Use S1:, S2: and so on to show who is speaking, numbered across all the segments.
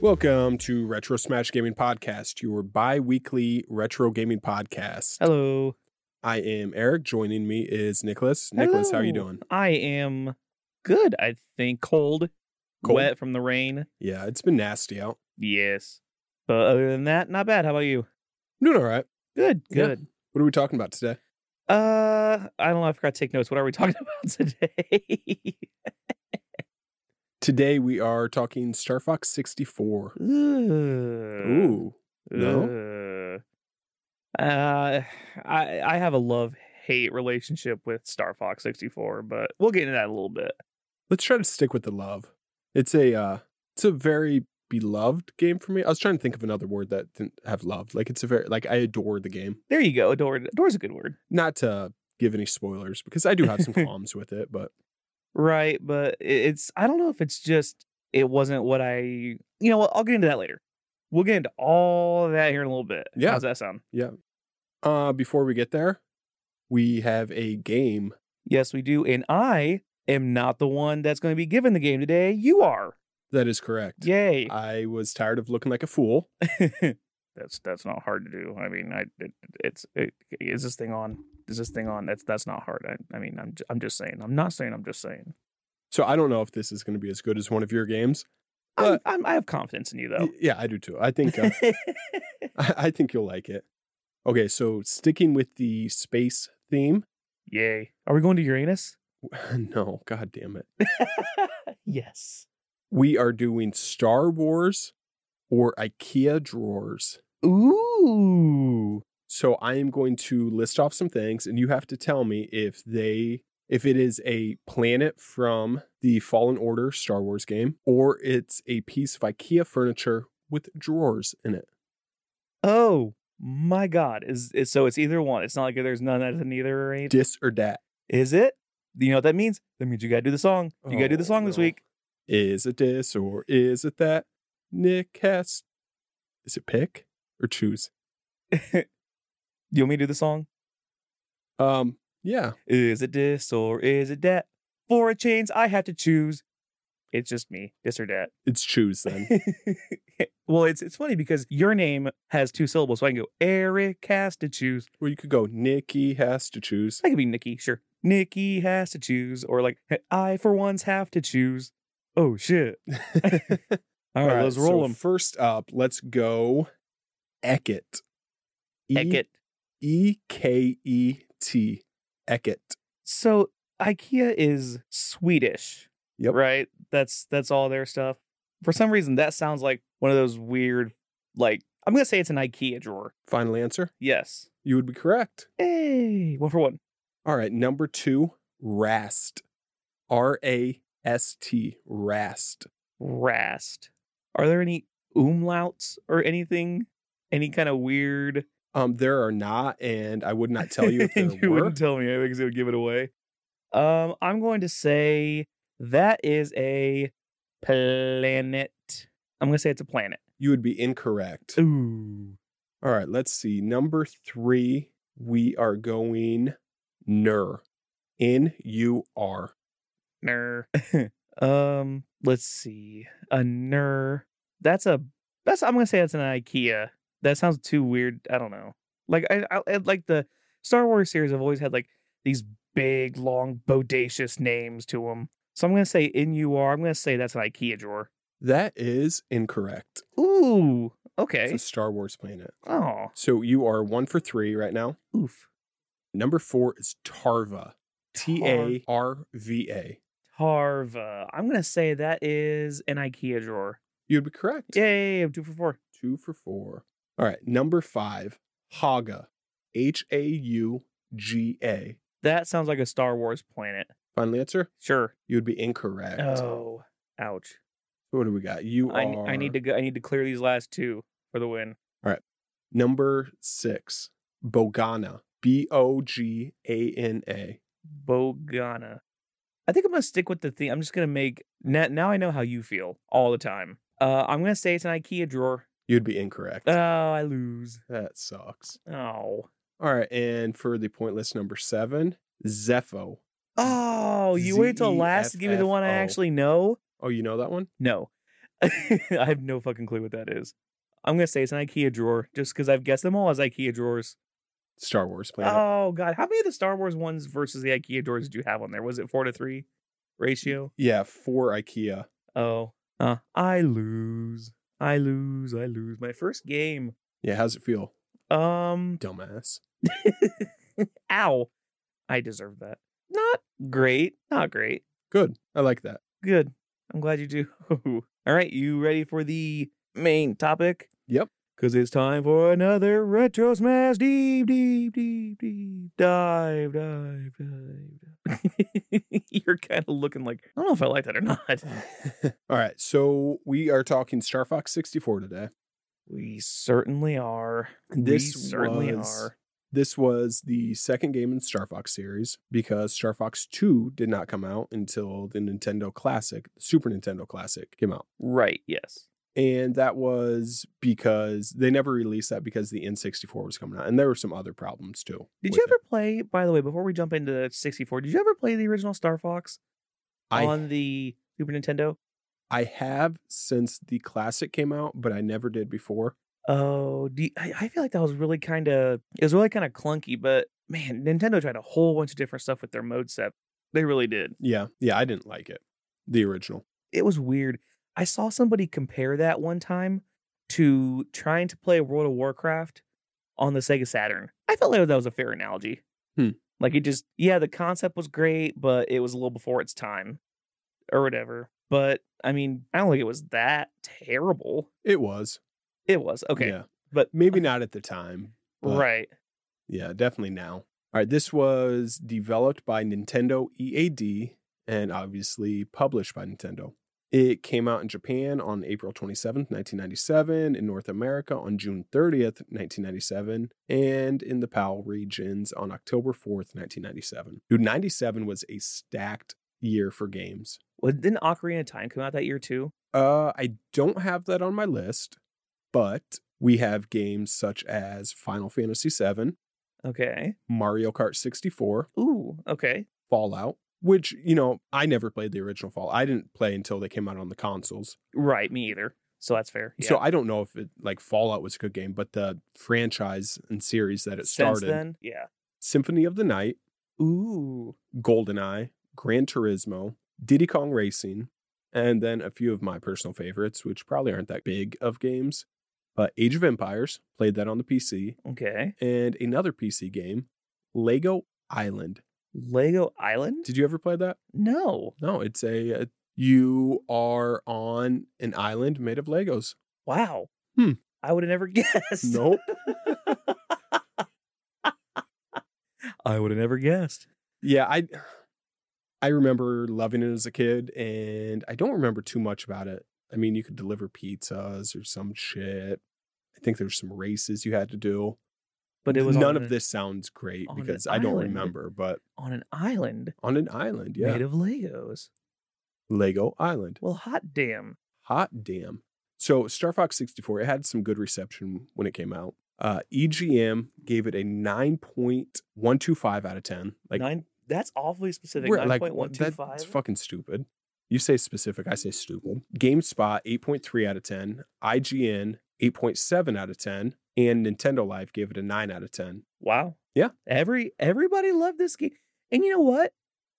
S1: Welcome to Retro Smash Gaming Podcast, your bi weekly retro gaming podcast.
S2: Hello.
S1: I am Eric. Joining me is Nicholas. Nicholas, how you
S2: Hello.
S1: doing?
S2: I am good, I think. Cold,
S1: Cold?
S2: wet from the rain.
S1: Yeah, it's been nasty out.
S2: Yes. But other than that, not bad. How about you?
S1: I'm doing all right.
S2: Good,
S1: Yeah.
S2: good.
S1: What are we talking about today?
S2: Uh, I don't know. I forgot to take notes. What are we talking about today?
S1: Today we are talking Star Fox 64.
S2: Ooh.
S1: Ooh. no?
S2: Uh, I I have a love hate relationship with Star Fox 64, but we'll get into that in a little bit.
S1: Let's try to stick with the love. It's a uh it's a very beloved game for me. I was trying to think of another word that didn't have love. Like it's a very like I adore the game.
S2: There you go. Adore. Adore's a good word.
S1: Not to give any spoilers because I do have some qualms with it, but
S2: Right, but i- it's I don't know if it's just it wasn't what I you know what I'll get into that later. We'll get into all that here in a little bit.
S1: Yeah.
S2: How's that sound?
S1: Uh, before we get there, we have a game.
S2: Yes, we do. And I am not the one that's going to be given the game today. You are.
S1: That is correct.
S2: Yay.
S1: I was tired of looking like a fool.
S2: that's that's not hard to do. I mean, I it, it's it, is this thing on? Is this thing on? That's that's not hard. I, I mean, I'm j- I'm just saying. I'm not saying. I'm just saying.
S1: So I don't know if this is going to be as good as one of your games.
S2: I'm,
S1: Uh,
S2: I'm, I have confidence in you though.
S1: Y- Yeah, I do too. I think uh, I I think you'll like it. Okay, so sticking with the space theme.
S2: Yay. Are we going to Uranus?
S1: No, god damn it.
S2: yes.
S1: We are doing Star Wars or IKEA drawers.
S2: Ooh.
S1: So I am going to list off some things and you have to tell me if they if it is a planet from the Fallen Order Star Wars game or it's a piece of IKEA furniture with drawers in it.
S2: Oh my God! Is, is so? It's either one. It's not like there's none that's neither or anything.
S1: Dis or dat
S2: Is it? You know what that means? That means you gotta do the song. You gotta do the
S1: Oh,
S2: song this
S1: no.
S2: week.
S1: is it dis or is it that? Nick has is it pick or choose?
S2: You want me to do the song?
S1: Um yeah.
S2: Is it this or is it that? For a change, I have to choose. It's just me, this or that.
S1: It's choose then.
S2: well, it's it's funny because your name has two syllables, so I can go Eric has to choose.
S1: or you could go Nikki has to choose.
S2: I could be Nikki, sure. Nikki has to choose, or like I for once have to choose. Oh shit! All right, let's roll
S1: so
S2: them.
S1: First up, let's go Eket. E-
S2: it.
S1: E K E T. Eket.
S2: So IKEA is Swedish.
S1: Yep.
S2: Right? That's that's all their stuff. For some reason that sounds like one of those weird like I'm going to say it's an IKEA drawer.
S1: Final answer.
S2: Yes.
S1: You would be correct.
S2: Hey, one for one.
S1: All right, number two, Rast. R A S T. Rast.
S2: Rast. Are there any umlauts or anything? Any kind of weird
S1: Um, there are not, and I would not tell you if there
S2: you
S1: were.
S2: wouldn't tell me I because it would give it away. Um, I'm going to say that is a planet. I'm going to say it's a planet.
S1: You would be incorrect.
S2: Ooh.
S1: All right, let's see. Number three, we are going Nur. N U R.
S2: Ner. um, let's see. A ner. That's a that's I'm gonna say that's an IKEA. That sounds too weird. I don't know. Like I, I, I like the Star Wars series have always had like these big, long, bodacious names to them. So I'm gonna say NUR. I'm gonna say that's an IKEA drawer.
S1: That is incorrect.
S2: Ooh.
S1: It's
S2: Okay.
S1: a Star Wars planet.
S2: Oh.
S1: So you are one for three right now.
S2: Oof.
S1: Number four is Tarva. T A R V A.
S2: Tarva. I'm gonna say that is an IKEA drawer.
S1: You'd be correct.
S2: Yay! I'm two for four.
S1: Two for four. All right. Number five, Haga. H A U G A.
S2: That sounds like a Star Wars planet.
S1: Final answer?
S2: Sure.
S1: You would be incorrect.
S2: Oh, ouch!
S1: What do we got? You
S2: I,
S1: are.
S2: I need to go, I need to clear these last two for the win.
S1: Number six, Bogana. B O G A N A.
S2: Bogana. I think I'm gonna stick with the theme. I'm just gonna make now. Now I know how you feel all the time. Uh, I'm gonna say it's an IKEA drawer.
S1: You'd be incorrect.
S2: Oh, I lose.
S1: that sucks.
S2: Oh,
S1: All right, and for the pointless number seven, Zepho.
S2: oh! You wait till last to give me the one I
S1: ZEFFO.
S2: actually know.
S1: Oh, you know that one?
S2: No, I have no fucking clue what that is. I'm gonna say it's an IKEA drawer, just because I've guessed them all as IKEA drawers.
S1: Star Wars planet.
S2: Oh god, how many of the Star Wars ones versus the IKEA drawers did you have on there? Was it four to three ratio?
S1: yeah, for IKEA.
S2: Oh, uh, I lose, I lose, I lose. My first game.
S1: Yeah, how's it feel,
S2: Um,
S1: dumbass?
S2: ow, I deserve that. Not great, not great.
S1: Good. I like that.
S2: Good. I'm glad you do. All right, you ready for the main topic?
S1: Yep.
S2: Because it's time for another Retro Smash Deep, Deep, Deep, Deep Dive, Dive, Dive. dive. You're kind of looking like, I don't know if I like that or not.
S1: All right, so we are talking Star Fox 64 today.
S2: We certainly are.
S1: This
S2: we certainly
S1: was-
S2: are.
S1: This was the second game in Star Fox series because Star Fox 2 did not come out until the Nintendo Classic, Super Nintendo Classic came out.
S2: Right, yes.
S1: And that was because they never released that because the N64 was coming out. And there were some other problems too.
S2: Did
S1: with
S2: you
S1: it.
S2: ever play, by the way, before we jump into 64, did you ever play the original Star Fox
S1: I-
S2: on the Super Nintendo?
S1: I have since the classic came out, but I never did before.
S2: Oh, do you- I, I feel like that was really kind of it was really kind of clunky, but man, Nintendo tried a whole bunch of different stuff with their mode set. They really did.
S1: Yeah. Yeah. I didn't like it. The original.
S2: It was weird. I saw somebody compare that one time to trying to play World of Warcraft on the Sega Saturn. I felt like that was a fair analogy.
S1: Hmm.
S2: Like it just yeah, the concept was great, but it was a little before its time or whatever. But I mean, I don't think it was that terrible.
S1: It was.
S2: It was. Okay.
S1: Yeah.
S2: But
S1: Maybe not at the time. but
S2: right.
S1: Yeah. Definitely now. All right. This was developed by Nintendo EAD and obviously published by Nintendo. It came out in Japan on April 27th, 1997, in North America on June 30th, 1997, and in the PAL regions on October 4th, 1997. Dude, 97 was a stacked year for games.
S2: Well, didn't Ocarina of Time come out that year too?
S1: Uh, I don't have that on my list, but we have games such as Final Fantasy VII,
S2: Okay.
S1: Mario Kart 64,
S2: Ooh. Okay.
S1: Fallout, which, you know, I never played the original Fallout. I didn't play until they came out on the consoles.
S2: Right. Me either. So that's fair. Yeah.
S1: So I don't know if it, like, Fallout was a good game, but the franchise and series that it
S2: Since
S1: started
S2: then, yeah.
S1: Symphony of the Night,
S2: Ooh.
S1: GoldenEye, Gran Turismo, Diddy Kong Racing, and then a few of my personal favorites, which probably aren't that big of games. But Age of Empires, played that on the PC,
S2: Okay.
S1: and another PC game, Lego Island.
S2: Lego Island?
S1: Did you ever play that?
S2: No.
S1: No, it's a, uh you are on an island made of Legos.
S2: Wow.
S1: Hmm.
S2: I would have never guessed.
S1: Nope.
S2: I would have never guessed.
S1: yeah, I I remember loving it as a kid and I don't remember too much about it. I mean, you could deliver pizzas or some shit. I think there's some races you had to do.
S2: But it was
S1: none
S2: on
S1: of
S2: an-
S1: this sounds great
S2: on an
S1: because I don't
S2: island.
S1: remember, but
S2: on an island
S1: on an island, yeah.
S2: made of Legos.
S1: Lego Island.
S2: Well, hot damn.
S1: Hot damn. So Star Fox 64, it had some good reception when it came out. Uh, EGM gave it a 9.125 out of 10. Like,
S2: Nine. That's awfully specific.
S1: we're- like,
S2: 9.125.
S1: That's fucking stupid. You say specific, I say stupid. GameSpot, 8.3 out of 10. IGN, 8.7 out of 10. And Nintendo Live gave it a 9 out of 10.
S2: Wow.
S1: Yeah.
S2: Every everybody loved this game. And you know what?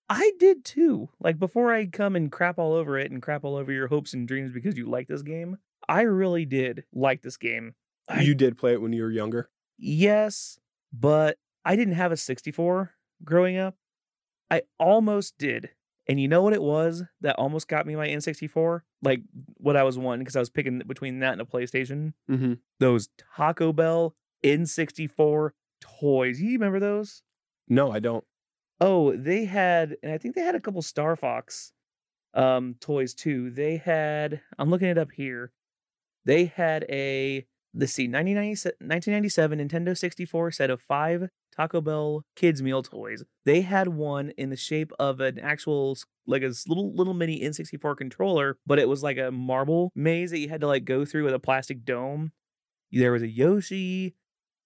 S2: I did too. Like before I come and crap all over it and crap all over your hopes and dreams because you like this game, I really did like this game. I-
S1: You did play it when you were younger.
S2: Yes, but I didn't have a 64 growing up. I almost did. And you know what it was that almost got me my N64? Like what I was wanting because I was picking between that and a PlayStation.
S1: Mm-hmm.
S2: Those Taco Bell N64 toys. You remember those?
S1: No, I don't.
S2: Oh, they had, and I think they had a couple Star Fox um toys too. They had, I'm looking it up here. They had a let's see, 1997 1997 Nintendo 64 set of five Taco Bell kids meal toys. They had one in the shape of an actual s- like a s- little little mini N64 controller, but it was like a marble maze that you had to like go through with a plastic dome. There was a Yoshi.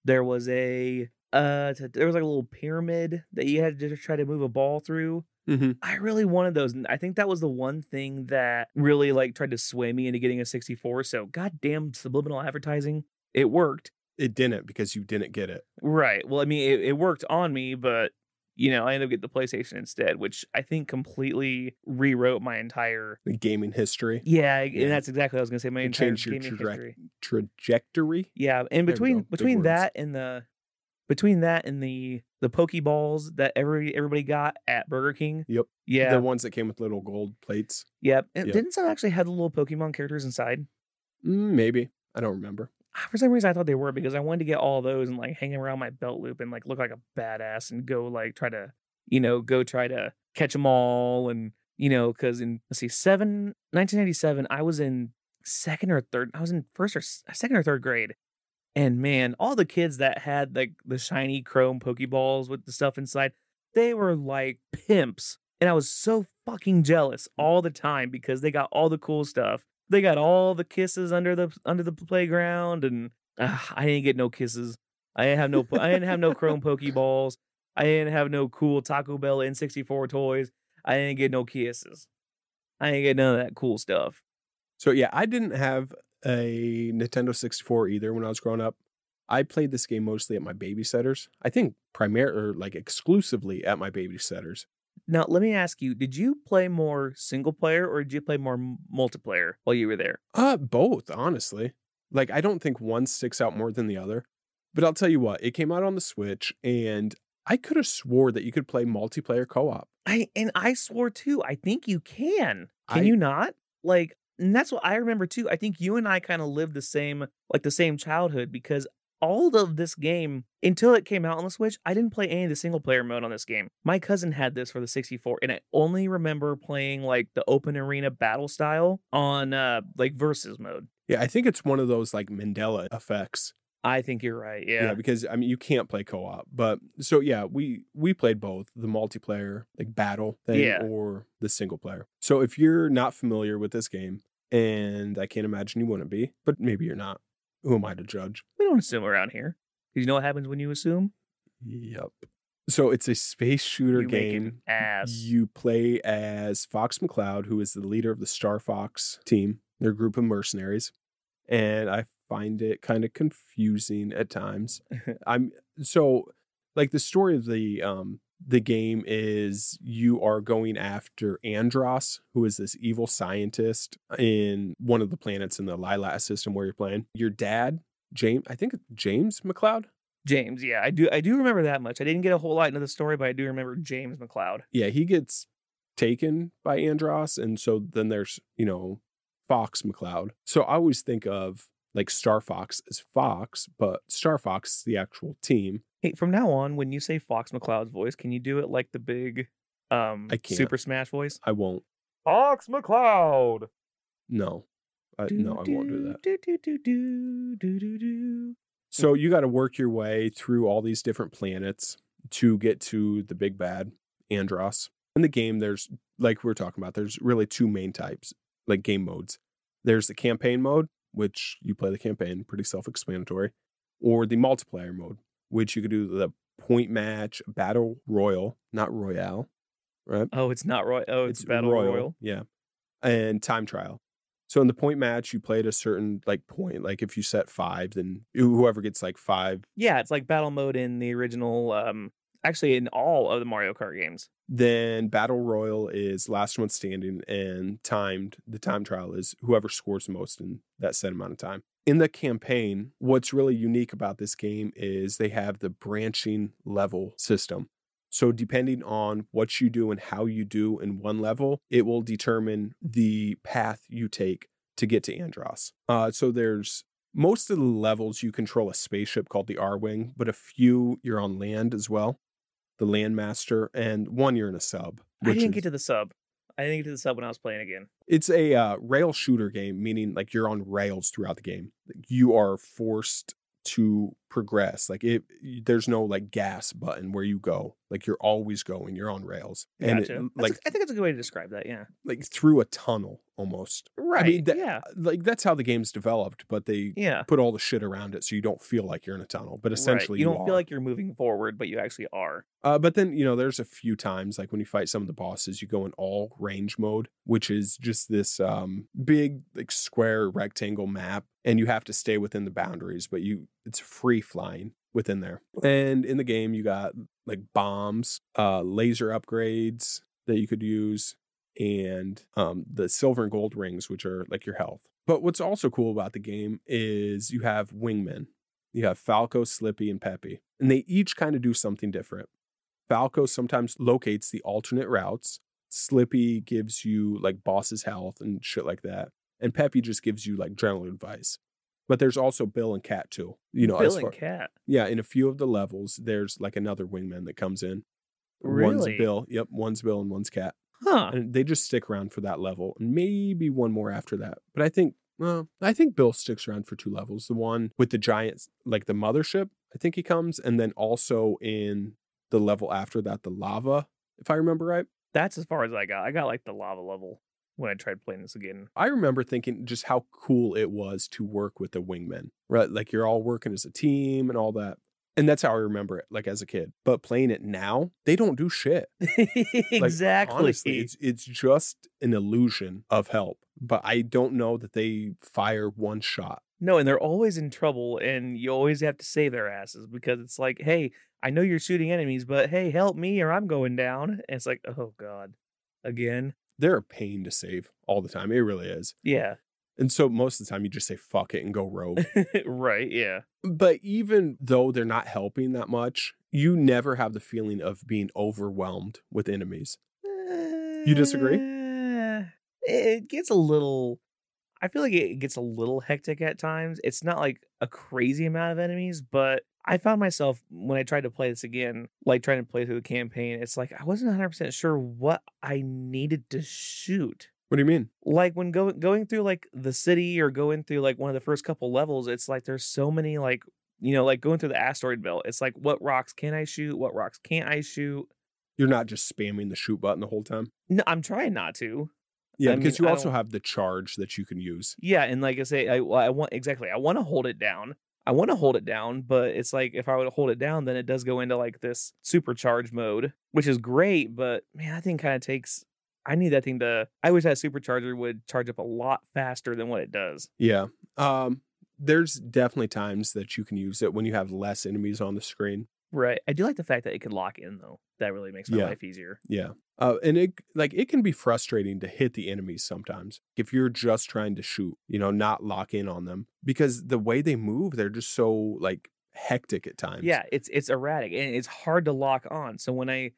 S2: There was a uh t- there was like a little pyramid that you had to just try to move a ball through
S1: Mm-hmm.
S2: I really wanted those. and I think that was the one thing that really like tried to sway me into getting a 64. So goddamn subliminal advertising. It worked.
S1: It didn't because you didn't get it.
S2: Right. Well, I mean, it, it worked on me, but you know, I ended up getting the PlayStation instead, which I think completely rewrote my entire.
S1: The gaming history
S2: Yeah,
S1: Yeah.
S2: and that's exactly what I was gonna say. My
S1: It
S2: entire
S1: changed your
S2: gaming
S1: traje-
S2: history.
S1: trajectory.
S2: Yeah, and
S1: There we go.
S2: between
S1: Big
S2: between
S1: words.
S2: that and the between that and the the pokeballs that every everybody got at Burger King.
S1: Yep.
S2: Yeah.
S1: The ones that came with little gold plates.
S2: yep. And
S1: yeah.
S2: Didn't some actually have the little Pokemon characters inside?
S1: Mm, maybe. I don't remember.
S2: Ah, For some reason, I thought they were because I wanted to get all those and like hang them around my belt loop and like look like a badass and go like try to you know go try to catch them all and you know because in let's see seven 1997 I was in second or third I was in first or s- second or third grade and man all the kids that had like the shiny chrome pokeballs with the stuff inside they were like pimps and I was so fucking jealous all the time because they got all the cool stuff they got all the kisses under the under the playground and ah, I didn't get no kisses. I didn't have no po- I didn't have no chrome pokeballs. I didn't have no cool Taco Bell N64 toys. I didn't get no kisses. I didn't get none of that cool stuff.
S1: So yeah, I didn't have a Nintendo 64 either when I was growing up. I played this game mostly at my babysitter's. I think primarily or like exclusively at my babysitter's.
S2: Now, let me ask you, did you play more single player or did you play more m- multiplayer while you were there?
S1: Uh both, honestly. Like I don't think one sticks out more than the other. But I'll tell you what, it came out on the Switch and I could have swore that you could play multiplayer co-op.
S2: I and I swore too. I think you can. Can
S1: I-
S2: you not? Like, and that's what I remember too. I think you and I kind of lived the same, like the same childhood because all of this game until it came out on the Switch, I didn't play any of the single player mode on this game. My cousin had this for the 64, and I only remember playing like the open arena battle style on uh like versus mode.
S1: Yeah, I think it's one of those like Mandela effects.
S2: I think you're right. Yeah.
S1: because I mean you can't play co-op. But so yeah, we we played both the multiplayer like battle thing
S2: Yeah.
S1: or the single player. So if you're not familiar with this game, and I can't imagine you wouldn't be, but maybe you're not. Who am I to judge?
S2: We don't assume around here. 'Cause you know what happens when you assume?
S1: Yep. So it's a space shooter
S2: you make
S1: game.
S2: an ass.
S1: You play as Fox McCloud, who is the leader of the Star Fox team, their group of mercenaries. And I find it kind of confusing at times. I'm so like the story of the um the game is you are going after Andros, who is this evil scientist in one of the planets in the Lilat system where you're playing. Your dad, James, I think it's James McCloud.
S2: James, yeah, I do. I do remember that much. I didn't get a whole lot into the story, but I do remember James McLeod.
S1: yeah, he gets taken by Andros, and so then there's you know Fox McCloud. So I always think of like Star Fox as Fox, but Star Fox is the actual team.
S2: Hey, from now on, when you say Fox McLeod's voice, can you do it like the big, um,
S1: I can't.
S2: Super Smash voice?
S1: I won't.
S2: Fox McLeod.
S1: No, I, Uh, no, I won't do that.
S2: Do do do do do do do.
S1: So you got to work your way through all these different planets to get to the big bad Andros. In the game, there's like we we're talking about. There's really two main types, like game modes. There's the campaign mode, which you play the campaign, pretty self-explanatory, or the multiplayer mode, which you could do the point match, battle royal, not royale, right?
S2: Oh, it's not Roy. Oh, it's, Battle Royal.
S1: Yeah. And time trial. So in the point match, you play at a certain like point. Like if you set five, then whoever gets like five,
S2: Yeah, it's like battle mode in the original. Um, actually, in all of the Mario Kart games.
S1: then battle royal is last one standing and timed. The time trial is whoever scores the most in that set amount of time. In the campaign, what's really unique about this game is they have the branching level system. So, depending on what you do and how you do in one level, it will determine the path you take to get to Andros. Uh, so there's most of the levels you control a spaceship called the R-wing, but a few you're on land as well, the landmaster, and one you're in a sub.
S2: I
S1: Which
S2: didn't
S1: is,
S2: get to the sub. I didn't get to the sub when I was playing again.
S1: it's a uh, rail shooter game, meaning like you're on rails throughout the game. You are forced to progress. Like it, there's no like gas button where you go. Like you're always going. You're on rails, and it,
S2: Gotcha. That's a-
S1: like
S2: I think that's a good way to describe that. Yeah.
S1: like through a tunnel almost.
S2: Right.
S1: that-
S2: yeah.
S1: Like that's how the game's developed, but they
S2: Yeah.
S1: put all the shit around it so you don't feel like you're in a tunnel. But
S2: Right.
S1: essentially,
S2: you don't feel
S1: are.
S2: like you're moving forward, but you actually are.
S1: Uh, but then you know, there's a few times like when you fight some of the bosses, you go in all range mode, which is just this um, big like square rectangle map, and you have to stay within the boundaries. But you, it's free flying within there. And in the game, you got like bombs, uh, laser upgrades that you could use, and um, the silver and gold rings, which are like your health. But what's also cool about the game is you have wingmen. You have Falco, Slippy, and Peppy, and they each kind of do something different. Falco sometimes locates the alternate routes. Slippy gives you like boss's health and shit like that. And Peppy just gives you like general advice. But there's also Bill and Cat too. You know, as
S2: Bill
S1: far-
S2: and Cat.
S1: yeah, in a few of the levels, there's like another wingman that comes in. One's
S2: Really?
S1: Bill. Yep, one's Bill and one's Cat.
S2: Huh.
S1: And they just stick around for that level, and maybe one more after that. But I think, well, I think Bill sticks around for two levels. The one with the giants, like the mothership, I think he comes, and then also in the level after that, the lava, if I remember right.
S2: That's as far as I got. I got like the lava level when I tried playing this again.
S1: I remember thinking just how cool it was to work with the wingmen, right? Like you're all working as a team and all that. And that's how I remember it, like as a kid. But playing it now, they don't do shit.
S2: exactly.
S1: Honestly, it's it's just an illusion of help. But I don't know that they fire one shot.
S2: No, and they're always in trouble, and you always have to save their asses because it's like, hey, I know you're shooting enemies, but hey, help me or I'm going down. And it's like, oh god, again,
S1: They're a pain to save all the time. It really is.
S2: yeah,
S1: And so most of the time you just say fuck it and go rogue.
S2: right, yeah,
S1: but even though they're not helping that much, you never have the feeling of being overwhelmed with enemies.
S2: You
S1: disagree?
S2: Eh, It gets a little. I feel like it gets a little hectic at times. It's not like a crazy amount of enemies, but I found myself when I tried to play this again, like trying to play through the campaign, it's like I wasn't 100% sure what I needed to shoot.
S1: What do you mean?
S2: like when going going through like the city or going through like one of the first couple levels, it's like there's so many like you know like going through the asteroid belt. It's like what rocks can I shoot? What rocks can't I shoot?
S1: You're not just spamming the shoot button the whole time.
S2: No, I'm trying not to.
S1: Yeah,
S2: I
S1: because
S2: mean,
S1: you
S2: I
S1: also
S2: don't-
S1: have the charge that you can use.
S2: Yeah, and like I say, I well, I want exactly. I want to hold it down. I want to hold it down, but it's like if I were to hold it down, then it does go into like this supercharge mode, which is great. But man, that thing kind of takes. I need that thing to. I wish that supercharger would charge up a lot faster than what it does.
S1: Yeah. Um, there's definitely times that you can use it when you have less enemies on the screen.
S2: Right. I do like the fact that it could lock in though. That really makes my
S1: Yeah.
S2: life easier.
S1: Yeah. Uh, and it like it can be frustrating to hit the enemies sometimes if you're just trying to shoot, you know, not lock in on them because the way they move, they're just so like hectic at times.
S2: Yeah, it's it's erratic and it's hard to lock on. So when I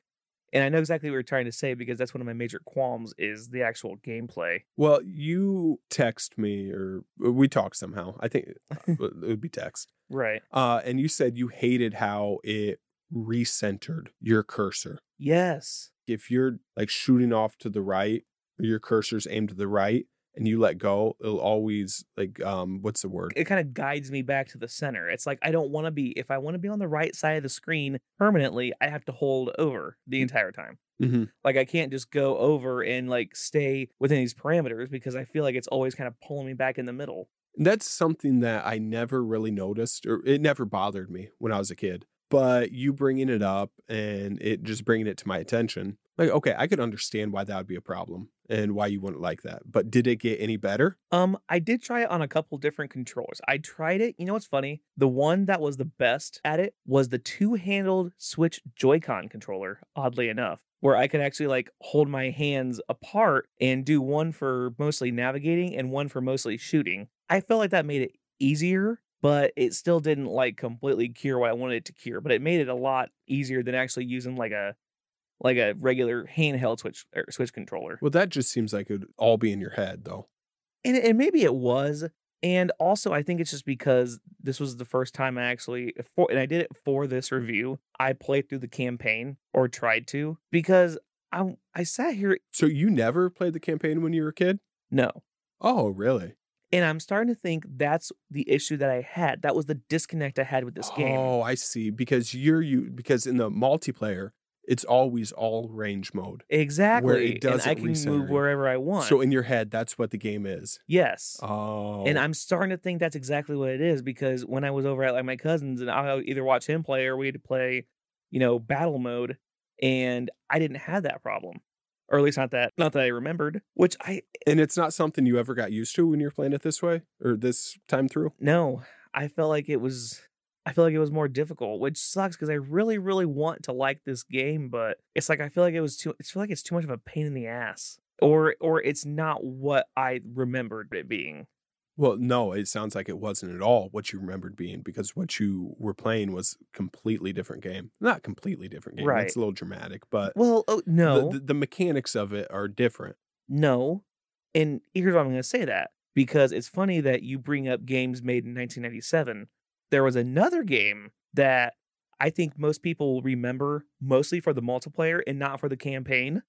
S2: and I know exactly what you're trying to say because that's one of my major qualms is the actual gameplay.
S1: Well, you text me or uh, we talked somehow. I think uh, it would be text.
S2: Right.
S1: Uh, and you said you hated how it recentered your cursor.
S2: Yes.
S1: if you're like shooting off to the right or your cursor's aimed to the right and you let go it'll always like um what's the word
S2: It kind of guides me back to the center. It's like I don't want to be if I want to be on the right side of the screen permanently, I have to hold over the entire time.
S1: mm-hmm.
S2: Like I can't just go over and like stay within these parameters because I feel like it's always kind of pulling me back in the middle.
S1: that's something that i never really noticed or it never bothered me when i was a kid but you bringing it up and it just bringing it to my attention like okay i could understand why that would be a problem and why you wouldn't like that but did it get any better
S2: Um, I did try it on a couple different controllers. I tried it. You know what's funny? The one that was the best at it was the two-handled Switch Joy-Con controller, oddly enough, where I could actually like hold my hands apart and do one for mostly navigating and one for mostly shooting. I felt like that made it easier, but it still didn't like completely cure what I wanted it to cure, but it made it a lot easier than actually using like a like a regular handheld Switch or Switch controller
S1: well that just seems like it would all be in your head though
S2: and and maybe it was and also i think it's just because this was the first time i actually uh, for and i did it for this review i played through the campaign or tried to because i i sat here
S1: so you never played the campaign when you were a kid
S2: no
S1: oh really
S2: And I'm starting to think that's the issue that I had. That was the disconnect I had with this game.
S1: Oh, I see. Because you're you because in the multiplayer, it's always all range mode.
S2: Exactly. and I
S1: doesn't
S2: can
S1: recenter.
S2: move wherever I want.
S1: So in your head, that's what the game is.
S2: yes.
S1: Oh,
S2: And I'm starting to think that's exactly what it is because when I was over at like my cousin's and I'll either watch him play or we had to play, you know, battle mode, and I didn't have that problem. Or at least not that not that I remembered. Which I
S1: and it's not something you ever got used to when you're playing it this way or this time through.
S2: no, I felt like it was I feel like it was more difficult, which sucks because I really, really want to like this game, but it's like I feel like it was too I feel like it's too much of a pain in the ass. Or or it's not what I remembered it being.
S1: Well, no, it sounds like it wasn't at all what you remembered being because what you were playing was completely different game. Not completely different game.
S2: Right.
S1: It's a little dramatic, but
S2: Well, oh no.
S1: the, the, the mechanics of it are different.
S2: No. And here's why I'm going to say that because it's funny that you bring up games made in 1997. There was another game that I think most people will remember mostly for the multiplayer and not for the campaign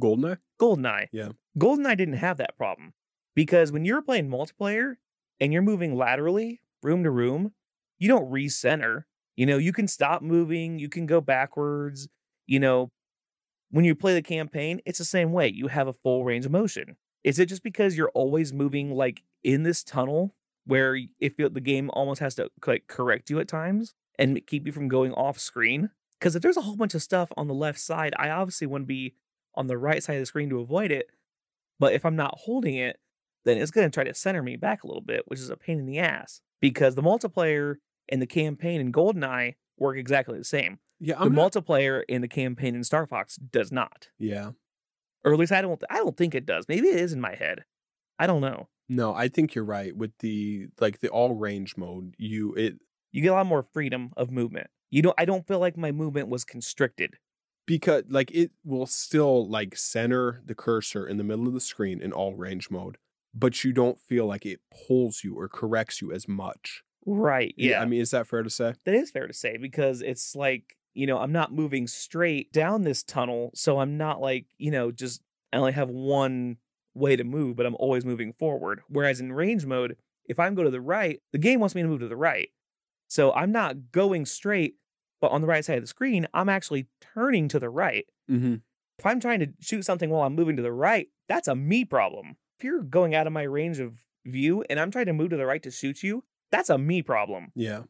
S1: Goldeneye.
S2: Goldeneye.
S1: Yeah.
S2: Goldeneye didn't have that problem because when you're playing multiplayer and you're moving laterally, room to room, you don't recenter. You know, you can stop moving, you can go backwards. You know, when you play the campaign, it's the same way. You have a full range of motion. Is it just because you're always moving like in this tunnel where y- it feel the game almost has to like correct you at times and keep you from going off screen? Because if there's a whole bunch of stuff on the left side, I obviously wouldn't be on the right side of the screen to avoid it. But if I'm not holding it, then it's going to try to center me back a little bit, which is a pain in the ass because the multiplayer and the campaign in Goldeneye work exactly the same.
S1: Yeah,
S2: the
S1: I'm not-
S2: multiplayer and the campaign in Star Fox does not,
S1: yeah.
S2: or at least I don't. I don't think it does. Maybe it is in my head. I don't know.
S1: No, I think you're right with the like the all range mode. You it
S2: You get a lot more freedom of movement. You don't. I don't feel like my movement was constricted.
S1: because like it will still like center the cursor in the middle of the screen in all range mode, but you don't feel like it pulls you or corrects you as much.
S2: Right.
S1: I mean, is that fair to say?
S2: that is fair to say because it's like you know i'm not moving straight down this tunnel so i'm not like you know just i only have one way to move but i'm always moving forward whereas in range mode if i go to the right the game wants me to move to the right so i'm not going straight but on the right side of the screen i'm actually turning to the right
S1: Mm-hmm.
S2: if i'm trying to shoot something while i'm moving to the right that's a me problem if you're going out of my range of view and i'm trying to move to the right to shoot you that's a me problem
S1: Yeah.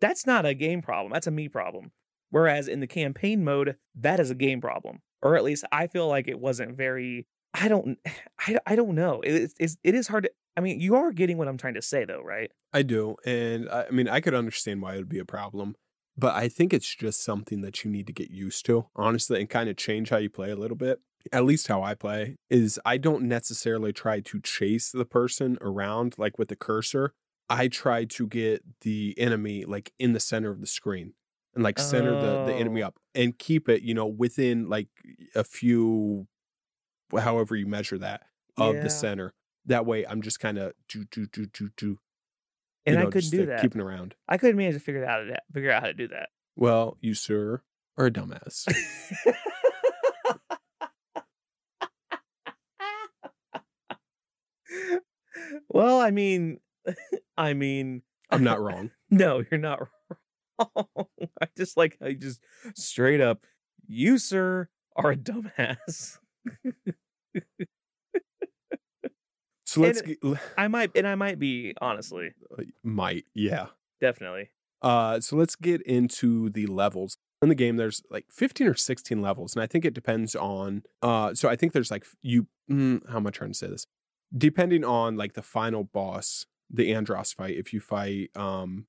S2: that's not a game problem. That's a me problem. Whereas in the campaign mode, that is a game problem, or at least I feel like it wasn't very. I don't. I, I don't know. It is- is it is hard to. I mean, you are getting what I'm trying to say, though, right?
S1: I do. And I, I mean, I could understand why it would be a problem, but I think it's just something that you need to get used to, honestly, and kind of change how you play a little bit. At least how I play is I don't necessarily try to chase the person around like with the cursor. I try to get the enemy like in the center of the screen and like center the, the enemy
S2: Oh.
S1: up and keep it, you know, within like a few, however you measure that, of
S2: Yeah.
S1: the center. That way I'm just kind of do, do, do, do, do, you
S2: And I
S1: know,
S2: couldn't
S1: just,
S2: do
S1: like,
S2: that.
S1: Keeping around.
S2: I couldn't manage to figure it out that figure out how to do that.
S1: Well, you sir are a dumbass.
S2: well, I mean, I mean,
S1: I'm not wrong.
S2: No, you're not wrong. I just like I just straight up, you sir are a dumbass.
S1: So let's
S2: And-
S1: get, l- uh,
S2: I might and I might be honestly,
S1: might yeah.
S2: definitely.
S1: Uh, so let's get into the levels in the game. There's like 15 or 16 levels, and I think it depends on. Uh, so I think there's like f- you. Mm, how am I trying to say this? Depending on like the final boss, the Andros fight. If you fight um,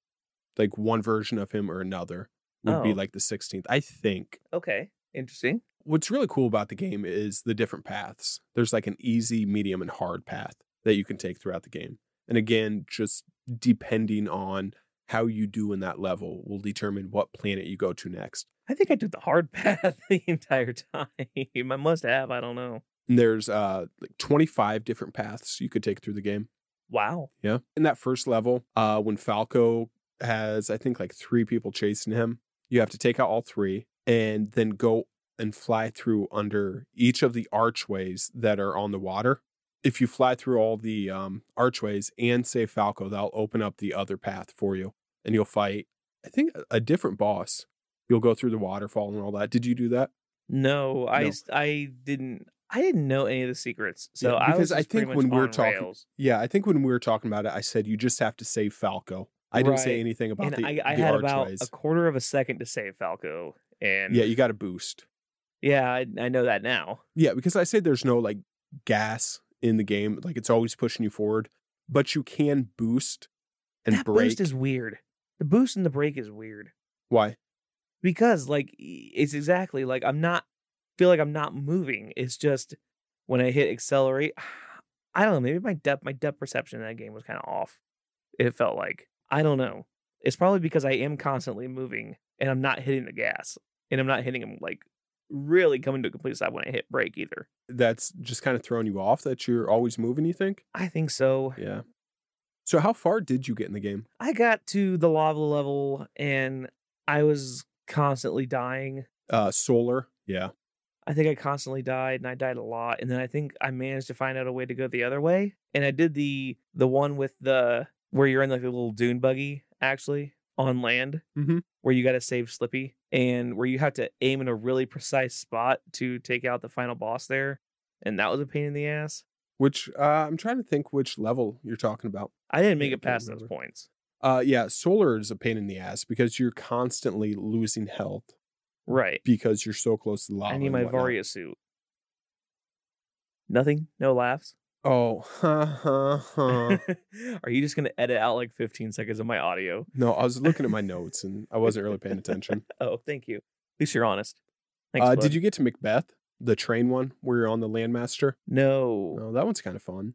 S1: like one version of him or another, would
S2: Oh.
S1: be like the 16th. I think.
S2: Okay, interesting.
S1: what's really cool about the game is the different paths. There's like an easy, medium, and hard path that you can take throughout the game. And again, just depending on how you do in that level will determine what planet you go to next.
S2: I think I did the hard path the entire time. I must have. I don't know.
S1: And there's uh like 25 different paths you could take through the game.
S2: Wow.
S1: Yeah. In that first level, uh, when Falco has, I think, like three people chasing him, you have to take out all three and then go and fly through under each of the archways that are on the water. if you fly through all the um, archways and save Falco, they'll open up the other path for you, and you'll fight. I think a- a different boss. You'll go through the waterfall and all that. Did you do that?
S2: No, I
S1: No.
S2: s- I didn't I didn't know any of the secrets. So
S1: Yeah,
S2: I
S1: because
S2: was
S1: I
S2: just pretty
S1: think
S2: much
S1: when we were
S2: on
S1: talking-
S2: rails.
S1: Yeah, I think when we were talking about it, I said you just have to save Falco. I didn't say
S2: Right.
S1: anything about
S2: and
S1: the,
S2: I, I
S1: the
S2: had
S1: archways.
S2: about a quarter of a second to save Falco, and
S1: yeah, you got a boost.
S2: yeah, I, I know that now.
S1: Yeah, because I say there's no like gas in the game. Like it's always pushing you forward, but you can boost and
S2: that
S1: break.
S2: boost is weird. The boost and the break is weird
S1: Why?
S2: because like e- it's exactly like I'm not feel like I'm not moving. It's just when I hit accelerate, I don't know. Maybe my depth my depth perception in that game was kind of off. It felt like I don't know. It's probably because I am constantly moving and I'm not hitting the gas and I'm not hitting them like really coming to a complete stop when I hit break either.
S1: That's just kind of throwing you off that you're always moving, you think?
S2: I think so.
S1: Yeah. So how far did you get in the game?
S2: I got to the lava level and I was constantly dying.
S1: Uh solar. Yeah.
S2: I think I constantly died and I died a lot. And then I think I managed to find out a way to go the other way. And I did the the one with the where you're in like a little dune buggy actually on land
S1: Mhm.
S2: where you got to save Slippy and where you have to aim in a really precise spot to take out the final boss there. And that was a pain in the ass.
S1: Which uh I'm trying to think which level you're talking about.
S2: I didn't make
S1: Yeah, I
S2: it
S1: can't
S2: past those
S1: remember.
S2: points.
S1: Uh yeah, solar is a pain in the ass because you're constantly losing health
S2: Right.
S1: because you're so close to the lava.
S2: I need
S1: and
S2: my
S1: whatnot.
S2: Varia suit. Nothing? No laughs?
S1: Oh, ha ha ha.
S2: Are you just gonna edit out like 15 seconds of my audio?
S1: No, I was looking at my notes and I wasn't really paying attention.
S2: Oh, thank you. At least you're honest. Thanks,
S1: Uh,
S2: bud.
S1: did you get to Macbeth, the train one where you're on the Landmaster?
S2: No.
S1: Oh, that one's kind of fun.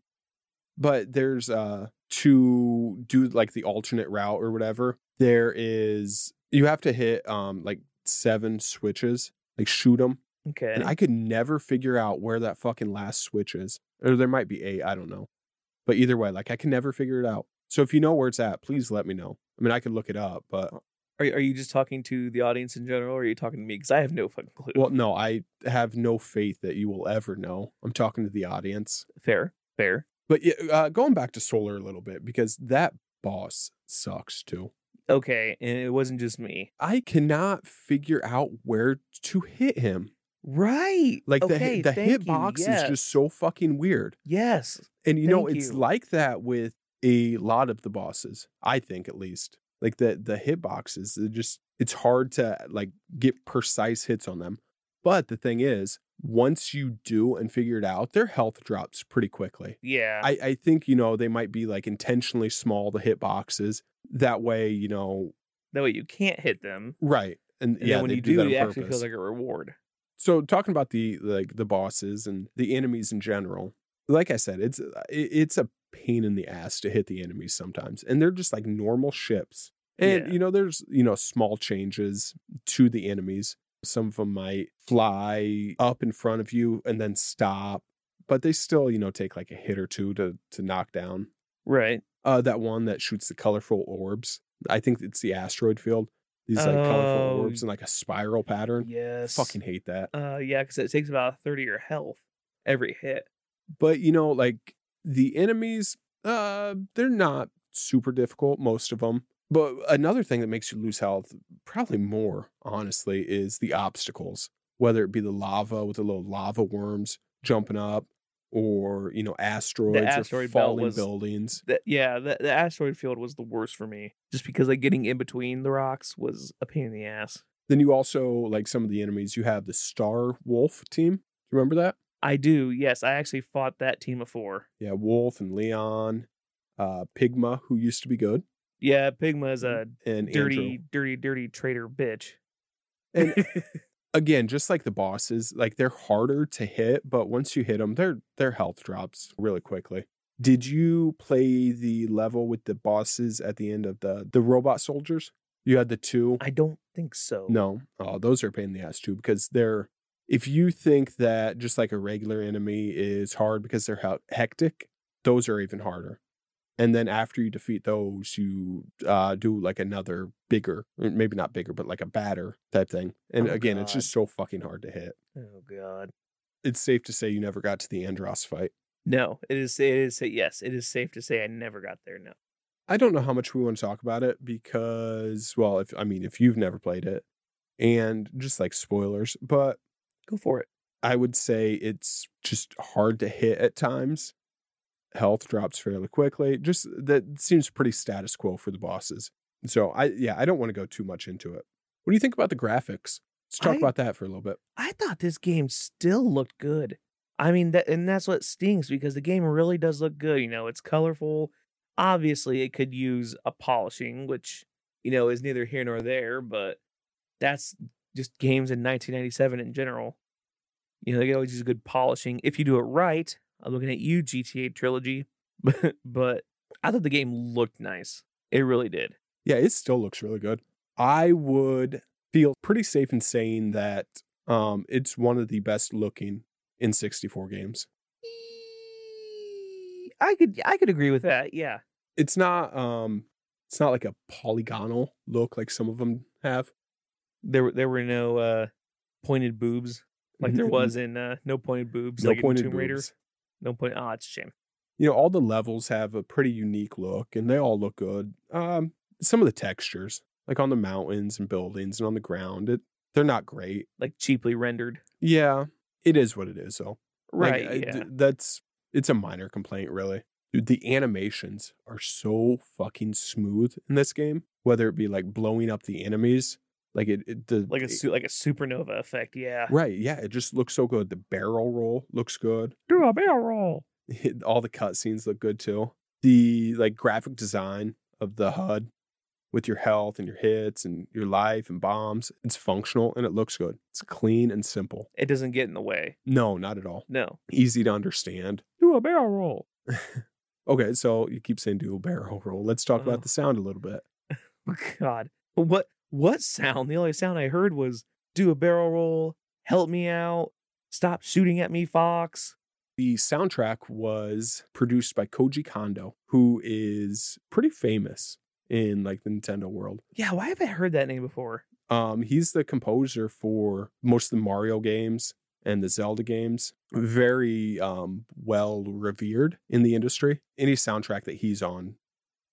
S1: But there's uh to do like the alternate route or whatever. There is you have to hit um like seven switches, like shoot them.
S2: Okay.
S1: And I could never figure out where that fucking last switch is. Or there might be eight, I don't know. But either way, like I can never figure it out. So if you know where it's at, please let me know. I mean, I could look it up, but
S2: Are are you just talking to the audience in general, or are you talking to me? Because I have no fucking clue.
S1: Well, no, I have no faith that you will ever know. I'm talking to the audience.
S2: fair, fair.
S1: But yeah, uh, going back to Solar a little bit, because that boss sucks too.
S2: Okay, and it wasn't just me.
S1: I cannot figure out where to hit him.
S2: Right.
S1: Like the,
S2: Okay,
S1: hi- the
S2: thank you.
S1: hitbox
S2: yes.
S1: is just so fucking weird.
S2: yes.
S1: And you know,
S2: Thank
S1: it's
S2: you.
S1: like that with a lot of the bosses, I think at least. Like the the hitboxes, they're just it's hard to like get precise hits on them. But the thing is, once you do and figure it out, their health drops pretty quickly.
S2: Yeah.
S1: I, I think, you know, they might be like intentionally small, the hitboxes. That way, you know,
S2: that way you can't hit them.
S1: right. And,
S2: And
S1: yeah,
S2: then when
S1: they
S2: you
S1: do, that
S2: it
S1: on
S2: actually
S1: purpose.
S2: feels like a reward.
S1: so talking about the like the bosses and the enemies in general like i said it's it- it's a pain in the ass to hit the enemies sometimes and they're just like normal ships and
S2: Yeah.
S1: you know there's you know small changes to the enemies some of them might fly up in front of you and then stop but they still you know take like a hit or two to to knock down
S2: Right.
S1: uh that one that shoots the colorful orbs i think it's the asteroid field these like
S2: Oh.
S1: colorful orbs in like a spiral pattern
S2: Yes.
S1: fucking hate that
S2: Uh, yeah, because it takes about thirty of your health every hit.
S1: but you know like the enemies uh they're not super difficult most of them but another thing that makes you lose health probably more honestly is the obstacles whether it be the lava with the little lava worms jumping up or you know asteroids or
S2: asteroid belt
S1: falling
S2: was-
S1: buildings
S2: That yeah, the, the asteroid field was the worst for me, just because like getting in between the rocks was a pain in the ass.
S1: then you also like some of the enemies you have the star wolf team Do you remember that
S2: I do. Yes, I actually fought that team before.
S1: yeah wolf and leon uh pigma who used to be good
S2: Yeah, Pigma is a
S1: and
S2: dirty,
S1: Andrew.
S2: dirty, dirty traitor bitch.
S1: and again, just like the bosses, like they're harder to hit, but once you hit them, their their health drops really quickly. Did you play the level with the bosses at the end of the the robot soldiers? You had the two.
S2: I don't think so.
S1: No, oh, those are a pain in the ass too because they're. If you think that just like a regular enemy is hard because they're hec- hectic, those are even harder. And then after you defeat those, you uh, do like another bigger, or maybe not bigger, but like a batter type thing. And
S2: Oh,
S1: again, it's
S2: God.
S1: just so fucking hard to hit.
S2: Oh God.
S1: It's safe to say you never got to the Andros fight.
S2: No, it is. It is. Yes, it is safe to say I never got there. No.
S1: I don't know how much we want to talk about it because, well, if I mean, if you've never played it, and just like spoilers, but
S2: Go for it.
S1: I would say it's just hard to hit at times. Health drops fairly quickly. Just that seems pretty status quo for the bosses. So I yeah, I don't want to go too much into it. What do you think about the graphics? Let's talk
S2: I-
S1: about that for a little bit.
S2: I thought this game still looked good. I mean that, and that's what stings because the game really does look good. You know, it's colorful. Obviously, it could use a polishing, which you know is neither here nor there. But that's just games in 1997 in general. You know, they could always use good polishing if you do it right. I'm looking at you, GTA trilogy. But, but I thought the game looked nice. It really did.
S1: Yeah, it still looks really good. I would feel pretty safe in saying that um it's one of the best looking in 64 games.
S2: I could I could agree with that. Yeah.
S1: It's not um it's not like a polygonal look like some of them have.
S2: there were there were no uh pointed boobs like there was in uh no pointed boobs
S1: no
S2: like
S1: pointed
S2: in Tomb Raider.
S1: boobs.
S2: No point. Oh, it's a shame.
S1: you know all the levels have a pretty unique look and they all look good um some of the textures like on the mountains and buildings and on the ground it they're not great
S2: Like cheaply rendered.
S1: yeah it is what it is though Like,
S2: Right.
S1: I-
S2: yeah.
S1: th- that's it's a minor complaint really Dude, the animations are so fucking smooth in this game whether it be like blowing up the enemies like it, it the
S2: like a
S1: it-
S2: su- ah. like a supernova effect. Yeah.
S1: right yeah it just looks so good the barrel roll looks good
S2: Do a barrel roll.
S1: all the cutscenes look good too. The like graphic design of the HUD with your health and your hits and your life and bombs, it's functional and it looks good. It's clean and simple.
S2: It doesn't get in the way.
S1: No, not at all.
S2: No.
S1: Easy to understand.
S2: Do a barrel roll.
S1: Okay, so you keep saying dual barrel roll. Let's talk
S2: Oh.
S1: about the sound a little bit.
S2: Oh, God. What what sound? The only sound I heard was do a barrel roll. Help me out. Stop shooting at me, Fox.
S1: The soundtrack was produced by Koji Kondo, who is pretty famous in like the Nintendo world.
S2: Yeah. Why have I heard that name before?
S1: Um, he's the composer for most of the Mario games and the Zelda games. Very um, well revered in the industry. Any soundtrack that he's on,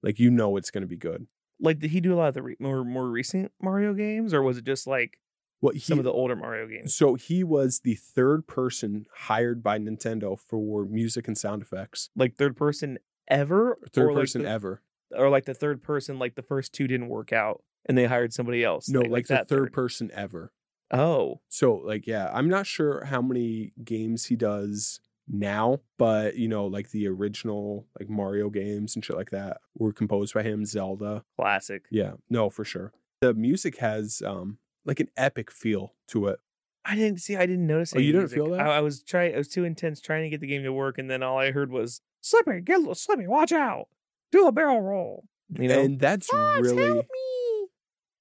S1: like you know, it's going to be good.
S2: Like, did he do a lot of the re- more more recent Mario games, or was it just like
S1: What he,
S2: some of the older Mario games.
S1: so he was the third person hired by Nintendo for music and sound effects.
S2: Like third person ever,
S1: Third
S2: or
S1: person
S2: like the,
S1: ever.
S2: ever, or like the third person, like the first two didn't work out, and they hired somebody else.
S1: No,
S2: They-
S1: like, the
S2: that
S1: third, person ever.
S2: Oh,
S1: So like yeah, I'm not sure how many games he does now, but you know, like the original like Mario games and shit like that were composed by him, Zelda.
S2: classic.
S1: Yeah, no, for sure. The music has um like an epic feel to it.
S2: I didn't see. I didn't notice.
S1: Oh, you
S2: any
S1: didn't feel
S2: music.
S1: that?
S2: I, I was trying. I was too intense trying to get the game to work, and then all I heard was "Slippy, get Slippy, watch out, do a barrel roll." You know, Ah,
S1: and that's
S2: "Fox,
S1: really
S2: help me.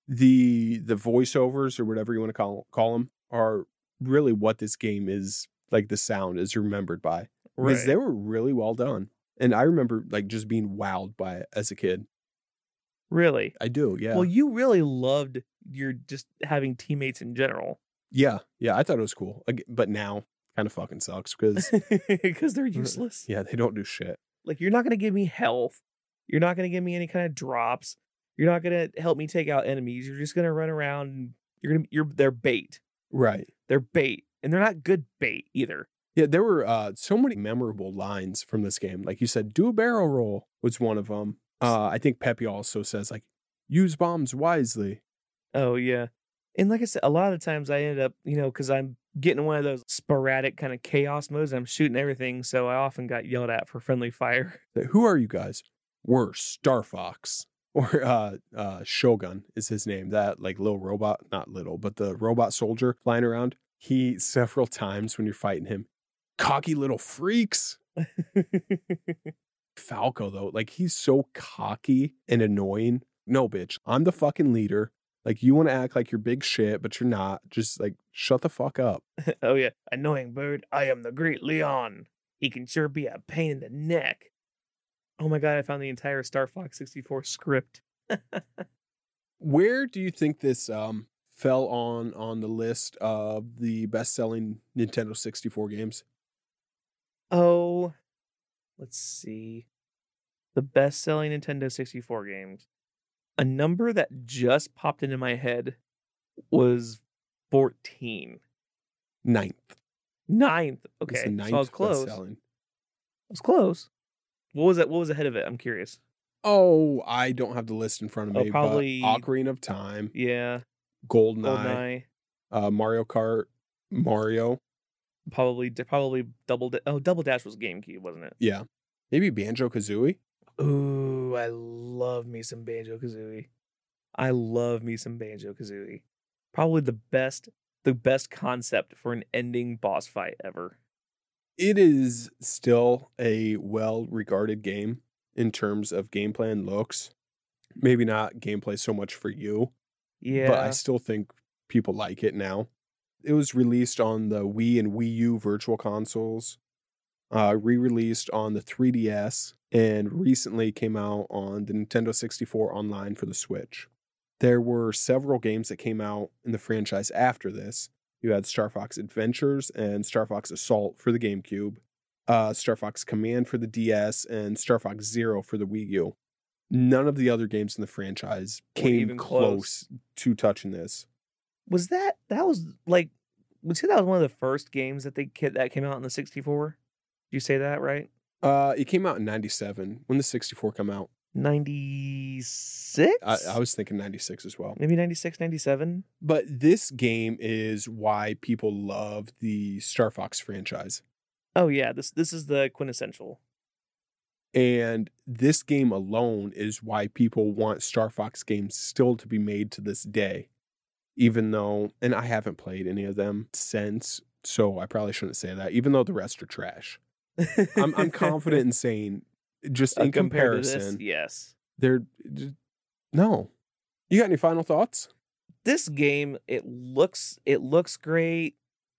S1: the the voiceovers or whatever you want to call call them are really what this game is like the sound is remembered by
S2: Right.
S1: because they were really well done. And I remember like just being wowed by it as a kid.
S2: really?
S1: I do, yeah.
S2: Well, you really loved your just having teammates in general
S1: Yeah, yeah, I thought it was cool, Ag- but now kind of fucking sucks because
S2: because they're useless.
S1: yeah, they don't do shit.
S2: Like you're not gonna give me health. You're not gonna give me any kind of drops. You're not gonna help me take out enemies. You're just gonna run around. And you're gonna you're they're bait.
S1: Right.
S2: They're bait, and they're not good bait either.
S1: Yeah, there were uh, so many memorable lines from this game. Like you said, do a barrel roll was one of them. Uh, I think Peppy also says like use bombs wisely.
S2: Oh yeah, and like I said, a lot of times I ended up you know because I'm getting one of those sporadic kind of chaos modes. I'm shooting everything, so I often got yelled at for friendly fire.
S1: Like, Who are you guys? We're Star Fox or uh, uh, Shogun is his name. That like little robot, not little, but the robot soldier flying around. He several times when you're fighting him, cocky little freaks. Falco though, like he's so cocky and annoying. No, bitch, I'm the fucking leader. Like you want to act like you're big shit, but you're not. Just like shut the fuck up.
S2: oh yeah, annoying bird. I am the great Leon. He can sure be a pain in the neck. Oh my god, I found the entire Star Fox 64 script.
S1: Where do you think this um fell on on the list of the best selling Nintendo 64 games?
S2: Oh, let's see, the best selling Nintendo 64 games. A number that just popped into my head was 14.
S1: Ninth.
S2: Ninth.
S1: It's
S2: Okay.
S1: the ninth
S2: so I was close. I
S1: best-selling.
S2: was close. What was that? What was ahead of it? I'm curious.
S1: Oh, I don't have the list in front of
S2: Oh,
S1: me.
S2: probably-
S1: But Ocarina of Time,
S2: Yeah.
S1: Goldeneye,
S2: Goldeneye.
S1: Uh, Mario Kart, Mario.
S2: Probably probably double da- oh double dash was GameCube, wasn't it?
S1: Yeah. Maybe Banjo Kazooie.
S2: Ooh, I love me some Banjo Kazooie. I love me some Banjo Kazooie. Probably the best, the best concept for an ending boss fight ever.
S1: It is still a well regarded game in terms of gameplay and looks. Maybe not gameplay so much for you,
S2: Yeah,
S1: but I still think people like it now. It was released on the Wii and Wii U virtual consoles, uh, re released on the 3DS, and recently came out on the Nintendo 64 online for the Switch. There were several games that came out in the franchise after this. You had Star Fox Adventures and Star Fox Assault for the GameCube, uh, Star Fox Command for the DS, and Star Fox Zero for the Wii U. None of the other games in the franchise
S2: Were
S1: came
S2: even close.
S1: close to touching this.
S2: was that that was like would you say that was one of the first games that they ki- that came out in the sixty four? Did you say that right?
S1: Uh, it came out in '97. When the '64 come out,
S2: Ninety six.
S1: I, I was thinking '96 as well.
S2: maybe 96, 97.
S1: But this game is why people love the Star Fox franchise,
S2: Oh yeah, this this is the quintessential.
S1: and this game alone is why people want Star Fox games still to be made to this day. Even though, and I haven't played any of them since, so I probably shouldn't say that. Even though the rest are trash, I'm, I'm confident in saying, just in
S2: Uh, compared to this,
S1: comparison,
S2: yes.
S1: they're d- no. You got any final thoughts?
S2: this game it looks it looks great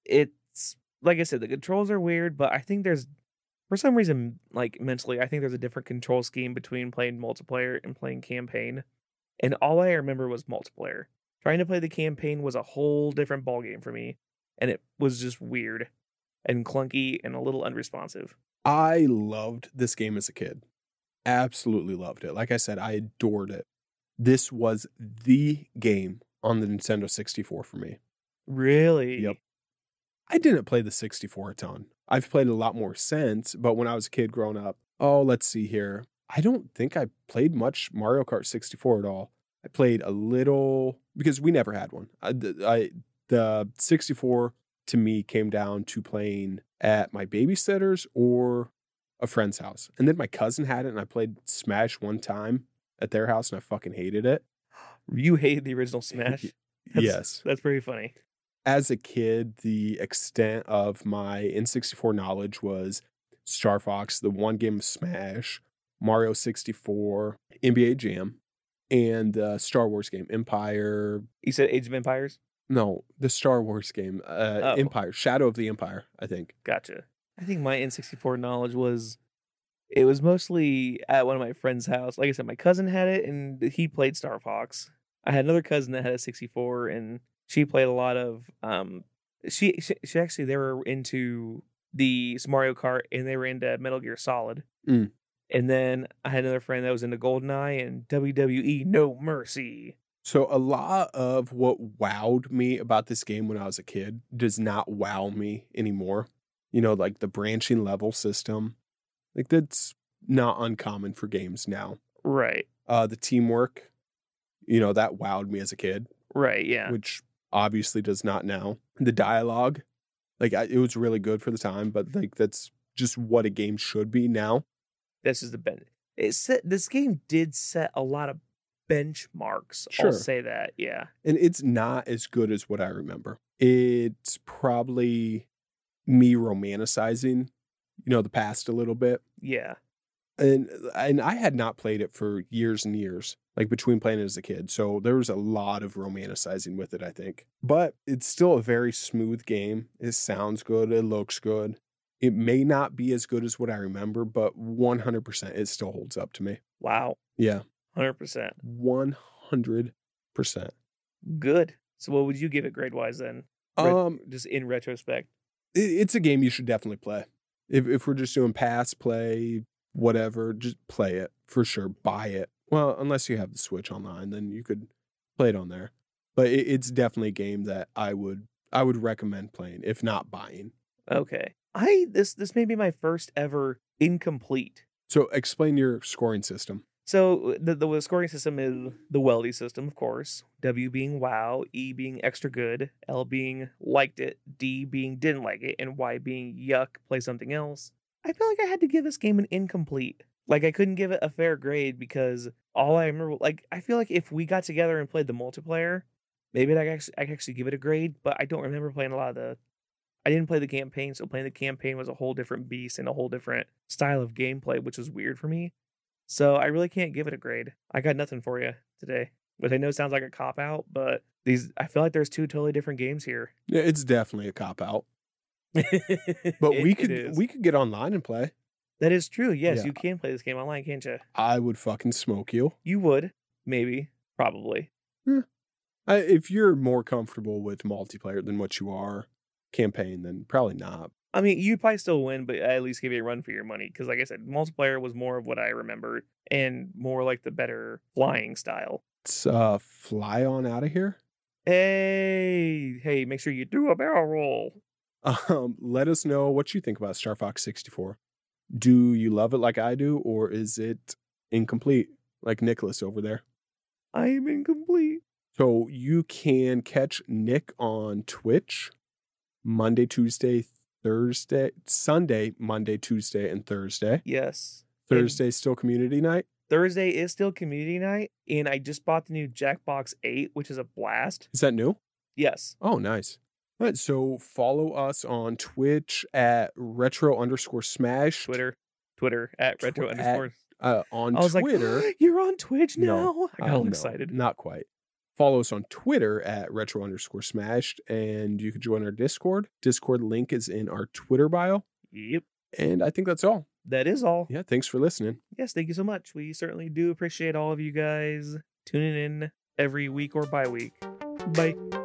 S2: it's like i said the controls are weird but i think there's for some reason like mentally i think there's a different control scheme between playing multiplayer and playing campaign and all i remember was multiplayer trying to play the campaign was a whole different ballgame for me and it was just weird and clunky and a little unresponsive
S1: I loved this game as a kid. Absolutely loved it. Like I said, I adored it. This was the game on the Nintendo 64 for me.
S2: really
S1: Yep. I didn't play the 64 a ton. I've played a lot more since, but when I was a kid growing up, oh, let's see here. I don't think I played much Mario Kart 64 at all. I played a little because we never had one. I, the- I- the 64 to me came down to playing at my babysitter's or a friend's house. And then my cousin had it and I played Smash one time at their house and I fucking hated it.
S2: you hated the original smash That's-
S1: yes
S2: that's pretty funny
S1: as a kid, the extent of my N64 knowledge was Star Fox, the one game of Smash, Mario 64, NBA Jam, and the Star Wars game, Empire.
S2: you said age of empires
S1: No, the Star Wars game, uh,
S2: Oh.
S1: Empire, Shadow of the Empire, I think.
S2: Gotcha. I think my N64 knowledge was it was mostly at one of my friend's house. Like I said, my cousin had it and he played Star Fox. I had another cousin that had a 64 and she played a lot of um she she, she actually they were into the Mario Kart and they were into Metal Gear Solid.
S1: Mm.
S2: And then I had another friend that was into GoldenEye and WWE No Mercy.
S1: So, a lot of what wowed me about this game when I was a kid does not wow me anymore. You know, like the branching level system, like that's not uncommon for games now.
S2: Right.
S1: uh, the teamwork, you know, that wowed me as a kid,
S2: Right, yeah.
S1: which obviously does not now. The dialogue, like I, it was really good for the time, but like that's just what a game should be now.
S2: this is the ben- it set this game did set a lot of benchmarks
S1: Sure.
S2: i'll say that yeah
S1: And it's not as good as what I remember. It's probably me romanticizing, you know, the past a little bit.
S2: yeah
S1: and uh, and I had not played it for years and years, like between playing it as a kid. So there was a lot of romanticizing with it, I think. But it's still a very smooth game. It sounds good. It looks good. It may not be as good as what I remember, but 100% it still holds up to me.
S2: wow
S1: Yeah,
S2: 100%
S1: 100%.
S2: good so what would you give it grade wise then Right.
S1: Um,
S2: just in retrospect
S1: it, it's a game you should definitely play. If if we're just doing pass play, whatever. Just play it for sure. Buy it. Well, unless you have the Switch online, then you could play it on there. But it, it's definitely a game that I would I would recommend playing, if not buying.
S2: Okay. I this this may be my first ever incomplete.
S1: So explain your scoring system.
S2: So the the scoring system is the Weldy system, of course. W being wow, E being extra good, L being liked it, D being didn't like it, and Y being yuck, play something else. I feel like I had to give this game an incomplete. Like I couldn't give it a fair grade because all I remember, like I feel like if we got together and played the multiplayer, maybe I could actually, I could actually give it a grade. But I don't remember playing a lot of the. I didn't play the campaign, so playing the campaign was a whole different beast and a whole different style of gameplay, which was weird for me. So I really can't give it a grade. I got nothing for you today, which I know sounds like a cop out, but these I feel like there's two totally different games here.
S1: Yeah, it's definitely a cop out.
S2: but
S1: But we could we could get online and play.
S2: that is true. Yes,
S1: Yeah.
S2: you can play this game online, can't you?
S1: I would fucking smoke you.
S2: You would maybe probably.
S1: I, if you're more comfortable with multiplayer than what you are campaign, then probably not.
S2: I mean, you'd probably still win, but I at least give you a run for your money. Because, like I said, multiplayer was more of what I remembered and more like the better flying style.
S1: Let's uh, fly on out of here.
S2: Hey, hey, make sure you do a barrel roll.
S1: Um, let us know what you think about Star Fox 64. Do you love it like I do, or is it incomplete like Nicholas over there?
S2: I am incomplete.
S1: So you can catch Nick on Twitch Monday, Tuesday, Thursday, Sunday, Monday, Tuesday, and Thursday.
S2: Yes. And-
S1: Thursday still community night.
S2: Thursday is still community night, and I just bought the new Jackbox 8, which is a blast.
S1: Is that new?
S2: Yes.
S1: Oh, nice. All right, so follow us on Twitch at retro underscore smash.
S2: Twitter, Twitter at
S1: Twi-
S2: retro
S1: at
S2: underscore.
S1: Uh, on
S2: I was
S1: Twitter.
S2: like, you're on Twitch now.
S1: No,
S2: I got
S1: Oh,
S2: all
S1: no,
S2: excited.
S1: Not quite. Follow us on Twitter at retro underscore smashed, and you can join our Discord. Discord link is in our Twitter bio.
S2: Yep.
S1: And I think that's all.
S2: That is all.
S1: Yeah, thanks for listening.
S2: yes, thank you so much. We certainly do appreciate all of you guys tuning in every week or bi week. Bye.